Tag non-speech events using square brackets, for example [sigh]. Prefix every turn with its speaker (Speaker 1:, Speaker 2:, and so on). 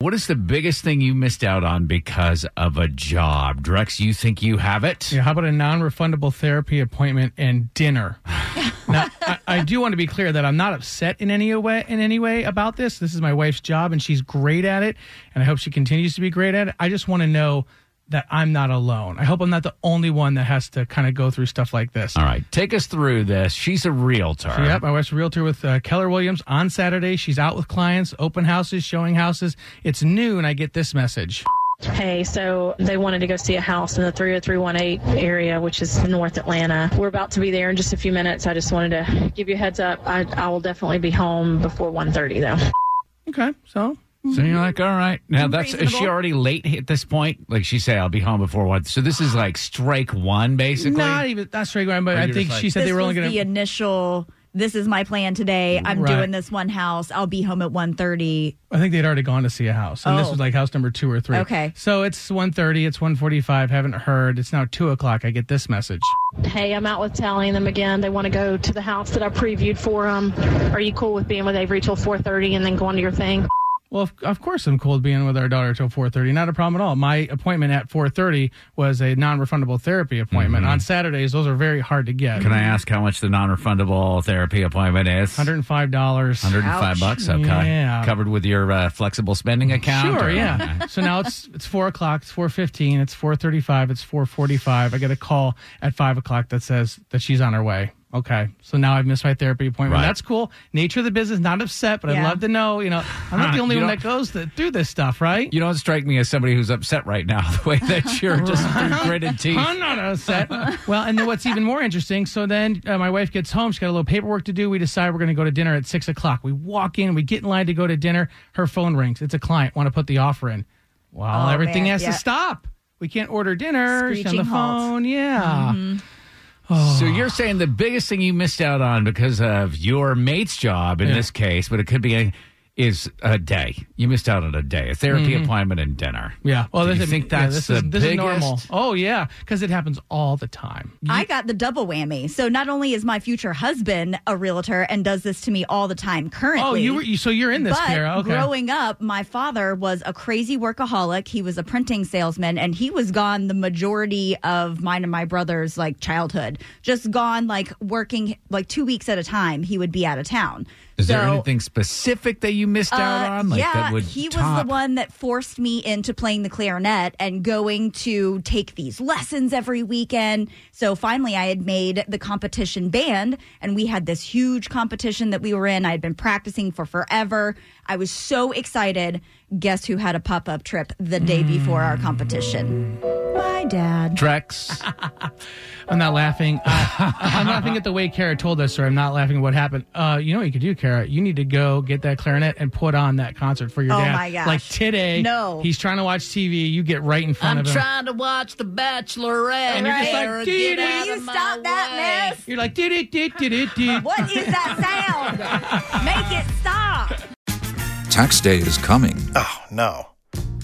Speaker 1: What is the biggest thing you missed out on because of a job? Drex, you think you have it?
Speaker 2: Yeah, how about a non refundable therapy appointment and [laughs] dinner? now, I, I do want to be clear that I'm not upset in any way in any way about this. This is my wife's job and she's great at it and I hope she continues to be great at it. I just want to know that I'm not alone. I hope I'm not the only one that has to kind of go through stuff like this.
Speaker 1: All right, take us through this. She's a realtor.
Speaker 2: So, yeah, my wife's a realtor with uh, Keller Williams on Saturday. She's out with clients, open houses, showing houses. It's noon. I get this message.
Speaker 3: Hey, so they wanted to go see a house in the 30318 area, which is North Atlanta. We're about to be there in just a few minutes. I just wanted to give you a heads up. I, I will definitely be home before 1.30, though.
Speaker 2: Okay, so
Speaker 1: So you're like, all right. Now that's is she
Speaker 4: Reasonable.
Speaker 1: already late at this point? Like she said, I'll be home before one. So this is like strike one, basically.
Speaker 2: not e- even that's straight ground, but
Speaker 1: Or
Speaker 2: I
Speaker 1: you're
Speaker 2: think
Speaker 1: just like-
Speaker 2: she said
Speaker 4: this
Speaker 2: they were only
Speaker 4: was
Speaker 2: going
Speaker 4: the
Speaker 2: to.
Speaker 4: initial. This is my plan today. I'm
Speaker 2: Right.
Speaker 4: doing this one house. I'll be home at 1.30.
Speaker 2: I think they'd already gone to see a house, and this
Speaker 4: Oh.
Speaker 2: was like house number two or three.
Speaker 4: Okay.
Speaker 2: so it's 1.30, it's 1.45, Haven't heard. It's now two o'clock. I get this message.
Speaker 3: Hey, I'm out with Tally and them again. They want to go to the house that I previewed for them. Are you cool with being with Avery till 4.30 and then going to your thing?
Speaker 2: Well, of, of course, I'm cool with being with our daughter till 4:30. Not a problem at all. My appointment at 4:30 was a non-refundable therapy appointment on Saturdays. Those are very hard to get.
Speaker 1: Mm-hmm. Can I ask how much the non-refundable therapy appointment is?
Speaker 2: Hundred and five dollars.
Speaker 1: 105
Speaker 4: Ouch.
Speaker 1: bucks. Okay,
Speaker 2: Yeah.
Speaker 1: covered with your uh, flexible spending account.
Speaker 2: Sure,
Speaker 1: or-
Speaker 2: yeah. [laughs] so now it's it's four o'clock. It's four fifteen. It's four thirty-five. It's four forty-five. I get a call at five o'clock that says that she's on her way. Okay, so now I've missed my therapy appointment.
Speaker 1: Right.
Speaker 2: That's cool. Nature of the business. Not upset, but I'd
Speaker 4: Yeah.
Speaker 2: love to know. You know, I'm not the only
Speaker 1: Ah, You
Speaker 2: one
Speaker 1: don't-
Speaker 2: that goes th- through this stuff, right?
Speaker 1: [laughs] You don't strike me as somebody who's upset right now. [laughs] The way that you're
Speaker 2: [laughs]
Speaker 1: just through gritted teeth.
Speaker 2: I'm not upset. [laughs] well, and then what's even more interesting? So then uh, my wife gets home. She's got a little paperwork to do. We decide we're going to go to dinner at six o'clock. We walk in. We get in line to go to dinner. Her phone rings. It's a client. Want to put the offer in? Well,
Speaker 4: Oh,
Speaker 2: everything
Speaker 4: man,
Speaker 2: has
Speaker 4: yeah.
Speaker 2: to stop. We can't order dinner. She's on the
Speaker 4: Screeching halt. Mm-hmm.
Speaker 2: phone. Yeah.
Speaker 1: So you're saying the biggest thing you missed out on because of your mate's job in this case, but it could be a, is a day. You missed out on a day, a therapy appointment and dinner.
Speaker 2: Mm-hmm. Yeah.
Speaker 1: Well, Do
Speaker 2: this
Speaker 1: you
Speaker 2: is-
Speaker 1: think
Speaker 2: yeah,
Speaker 1: that's
Speaker 2: this
Speaker 1: the
Speaker 2: is, this
Speaker 1: biggest?
Speaker 2: is normal. Oh yeah, because it happens all the time.
Speaker 4: I got the double whammy. So not only is my future husband a realtor and does this to me all the time currently.
Speaker 2: Oh, you were you, so you're in this,
Speaker 4: but
Speaker 2: Kara. Okay.
Speaker 4: growing up, my father was a crazy workaholic. He was a printing salesman, and he was gone the majority of mine and my brother's like childhood. Just gone, like working like two weeks at a time. He would be out of town.
Speaker 1: Is there
Speaker 4: So-
Speaker 1: anything specific that you missed out
Speaker 4: uh,
Speaker 1: on? Like
Speaker 4: yeah,
Speaker 1: that would
Speaker 4: he was
Speaker 1: top-
Speaker 4: the one that forced me into playing the clarinet and going to take these lessons every weekend. So finally, I had made the competition band, and we had this huge competition that we were in. I had been practicing for forever. I was so excited. Guess who had a pop up trip the day
Speaker 1: Mm.
Speaker 4: before our competition? My dad.
Speaker 1: Drex.
Speaker 2: I'm not laughing. I, I'm laughing at the way Kara told us, or I'm not laughing at what happened. Uh, you know what you could do, Kara? You need to go get that clarinet and put on that concert for your
Speaker 4: Oh
Speaker 2: dad.
Speaker 4: my gosh.
Speaker 2: Like today.
Speaker 4: No.
Speaker 2: He's trying to watch TV. You get right in front of him.
Speaker 5: to watch The Bachelorette.
Speaker 2: And you're just like, dude,
Speaker 4: Will you stop that mess?
Speaker 2: you're like, did it, did, did it, did.
Speaker 4: [laughs] What is that
Speaker 1: [laughs]
Speaker 4: sound? Make it stop.
Speaker 6: Tax day is coming.
Speaker 7: Oh, no.